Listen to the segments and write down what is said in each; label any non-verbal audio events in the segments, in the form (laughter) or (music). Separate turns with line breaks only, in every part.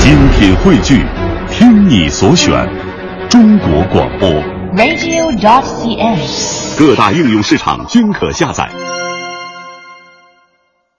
精品汇聚，听你所选，中国广播。
radio.cn。
各大应用市场均可下载。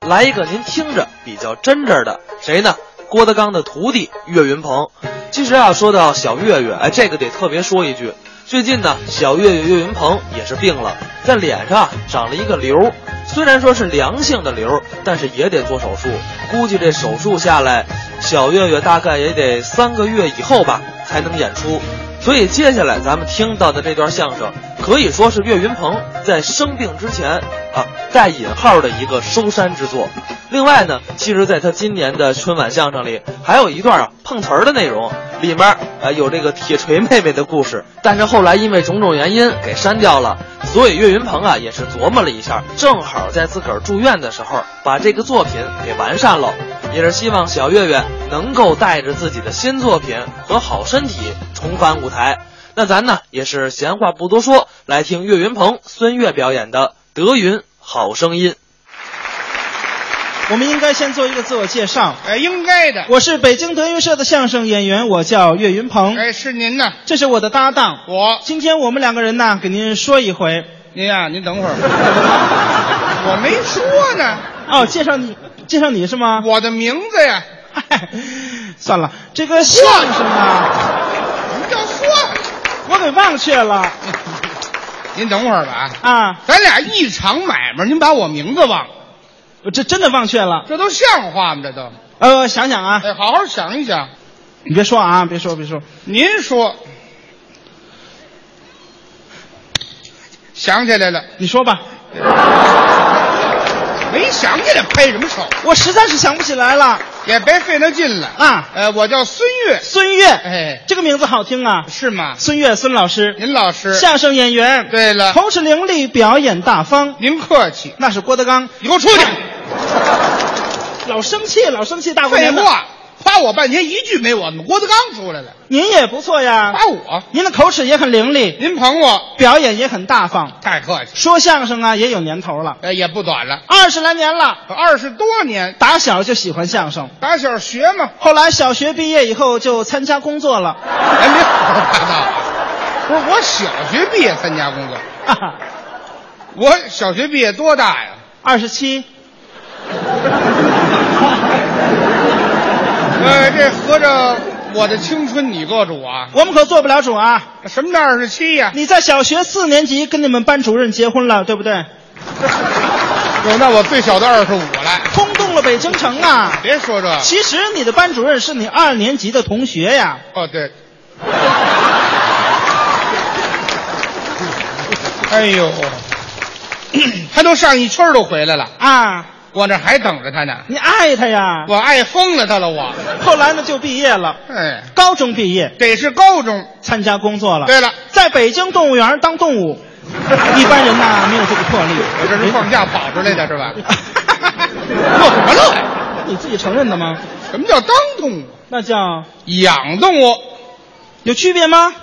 来一个您听着比较真真的，谁呢？郭德纲的徒弟岳云鹏。其实啊，说到小岳岳，哎，这个得特别说一句，最近呢，小岳岳岳云鹏也是病了，在脸上啊长了一个瘤，虽然说是良性的瘤，但是也得做手术，估计这手术下来，小岳岳大概也得三个月以后吧才能演出。所以接下来咱们听到的这段相声，可以说是岳云鹏在生病之前啊带引号的一个收山之作。另外呢，其实在他今年的春晚相声里，还有一段啊碰瓷儿的内容，里面啊、呃有这个铁锤妹妹的故事，但是后来因为种种原因给删掉了。所以岳云鹏啊也是琢磨了一下，正好在自个儿住院的时候把这个作品给完善了，也是希望小岳岳能够带着自己的新作品和好身体重返舞台。那咱呢也是闲话不多说，来听岳云鹏、孙越表演的《德云好声音》。
我们应该先做一个自我介绍。
哎，应该的。
我是北京德云社的相声演员，我叫岳云鹏，
哎，是您呐，
这是我的搭档。
我
今天我们两个人呢，给您说一回
您呀、您等会儿，我没说呢，
哦，介绍你，介绍你是吗？
我的名字呀，
嗨， (laughs) 算了，这个相声啊，
什么叫算？
我给忘却了
您等会儿吧啊，
啊，
咱俩一场买卖，您把我名字忘了，
我这真的忘却了。
这都像话吗？这都，
呃，我想想啊，
哎，好好想一想。
你别说啊，别说别说，
您说，想起来了，
你说吧，
没想起来拍什么手，
我实在是想不起来了
也别费那劲了。
啊。
呃，我叫孙越，
孙越，
哎
这个名字好听啊，
是吗？
孙越孙老师，
您老师，
相声演员，
对了
口齿伶俐，表演大方，
您客气，
那是郭德纲。
你给我出去。
老生气，老生气，哎大过
废
年的，
话，夸我半天一句没我，郭德纲出来了，
您也不错呀，
夸我，
您的口齿也很伶俐，
您捧我，
表演也很大方，
太客气，
说相声啊也有年头了，
呃，也不短了，
二十来年了，
二十多年，
打小就喜欢相声，
打小学嘛，
后来小学毕业以后就参加工作了，
(laughs) 哎，别胡说八道啊，不是我小学毕业参加工作，
哈哈，
我小学毕业多大呀？
二十七，
呃，这合着我的青春你做主啊？
我们可做不了主啊！
什么叫二十七呀？
你在小学四年级跟你们班主任结婚了，对不对？
哟，那我最小的二十五了，
轰动了北京城啊！
别说这，
(laughs) 其实你的班主任是你二年级的同学呀，
哦对。 (laughs) 哎呦， (clears throat) 他都上一圈儿都回来了，
啊，
我这还等着他呢。
你爱他呀。
我爱疯了他了，我。
后来呢就毕业了，
哎，
高中毕业
得是高中。
参加工作了。
对了，
在北京动物园当动 (laughs) 物，一般人呐没有这个魄力。
我这是放假跑出来的，是吧？ (laughs) 乐什么
乐
乐呀？
哎你自己承认的吗？
什么叫当动物？
那叫
养动物？
有区别吗？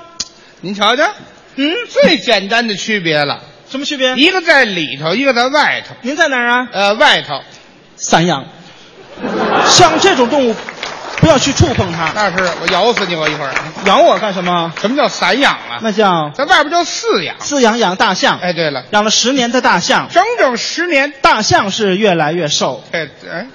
您瞧瞧，
嗯，
最简单的区别了，
什么区别？
一个在里头，一个在外头。
您在哪儿啊？
呃，外头
散养。像这种动物，不要去触碰它。
那是我咬死你，我一会儿。啊
咬我干什么？
什么叫散养啊？
那叫
在外边叫饲养。
饲养养大象，
哎，对了，
养了十年的大象，
整整十年。
大象是越来越瘦。
哎哎，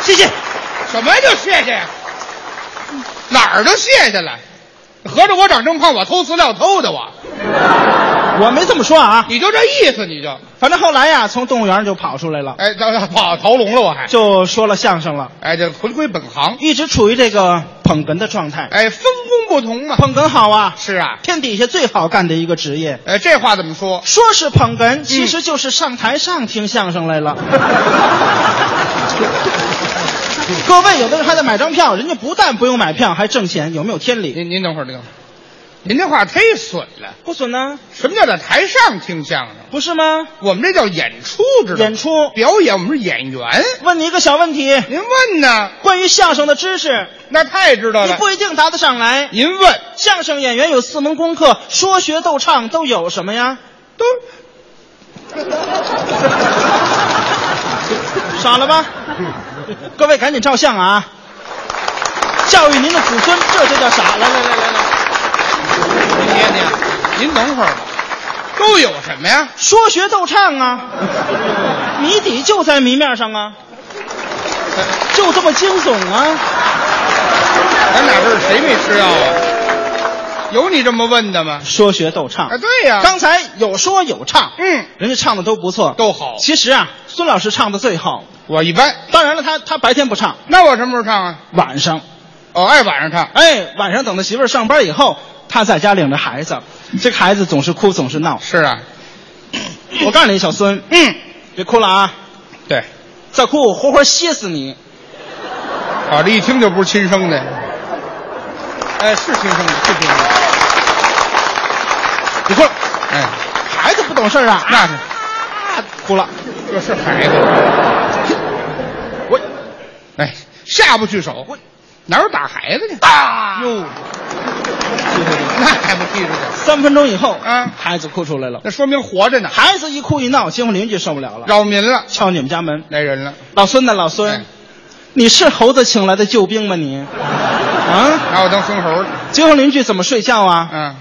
谢谢。
什么叫谢谢呀？哪儿都谢谢了，合着我长这么胖，我偷饲料偷的我。
我没这么说啊，
你就这意思，你就
反正后来呀，从动物园就跑出来了，
哎，等等跑逃笼了，我还
就说了相声了。
哎，这回归本行，
一直处于这个捧哏的状态。
哎，分工不同嘛。
捧哏好啊，
是啊，
天底下最好干的一个职业。
哎，这话怎么说？
说是捧哏，其实就是上台上听相声来了。 (laughs) 各位，有的人还得买张票，人家不但不用买票，还挣钱，有没有天理？哎
您您等会儿，您等会儿，您这话忒损了。
不损呢？
什么叫在台上听相声？
不是吗？
我们这叫演出，知道吗？
演出。
表演，我们是演员。
问你一个小问题，
您问呢？
关于相声的知识，
那太知道
你
了。
不一定答得上来。
您问
相声演员有四门功课，说学逗唱都有什么呀？ (laughs)
都
傻了吧？各位赶紧照相啊！教育您的子孙，这就叫傻。来来来来来，
您别您，您等会儿吧。都有什么呀？
说学逗唱啊，谜底就在谜面上啊，就这么惊悚啊！
咱俩这是谁没吃药啊？有你这么问的吗？
说学逗唱
啊，对呀、
刚才有说有唱，
嗯，
人家唱的都不错，
都好
其实啊，孙老师唱的最好。
我一般。
当然了，他他白天不唱，
那我什么时候唱啊？
晚上，
哦，爱晚上唱。
哎，晚上等他媳妇儿上班以后，他在家领着孩子，这个孩子总是哭，总是
(coughs)
闹。
是啊，
我告诉你，小孙，
嗯，
别哭了啊！
对，
再哭我活活歇死你！
好，这一啊听就不是亲生的。哎，是亲生的，是亲生的。
你哭了，
哎，
孩子不懂事儿啊！
那是，
啊，哭了，
这是孩子。我，哎，下不去手。我哪有打孩子的？打
啊
哟，那还不踢出去？
三分钟以后，
啊
孩子哭出来了。
那说明活着呢，
孩子一哭一闹，街坊邻居受不了了，
扰民了，
敲你们家门。
来人了。
老孙呐，老孙，
哎
你是猴子请来的救兵吗你？啊，
拿我当孙猴了。
街坊邻居怎么睡觉啊？
嗯，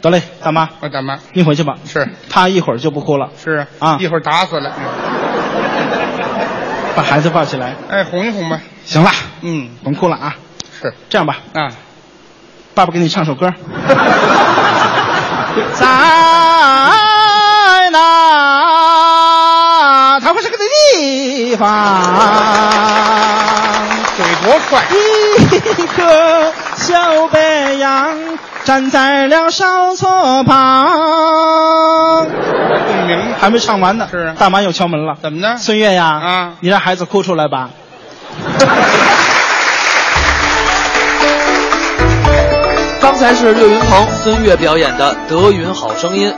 得嘞，大妈，
我大妈
您回去吧。
是
他一会儿就不哭了，
是
啊
一会儿打死了。嗯
把孩子抱起来。
哎，哄一哄吧。
行了，
嗯，
甭哭了啊。
是
这样吧，
啊，
爸爸给你唱首 (laughs) 歌。在那桃花盛开的地 (laughs) 方，
嘴多快。
一个小白杨站在了哨所旁。
共鸣
还没唱完呢，
是啊
大妈又敲门了。
怎么呢？
孙悦呀，
啊
你让孩子哭出来吧。
刚才是岳云鹏、孙越表演的《德云好声音》，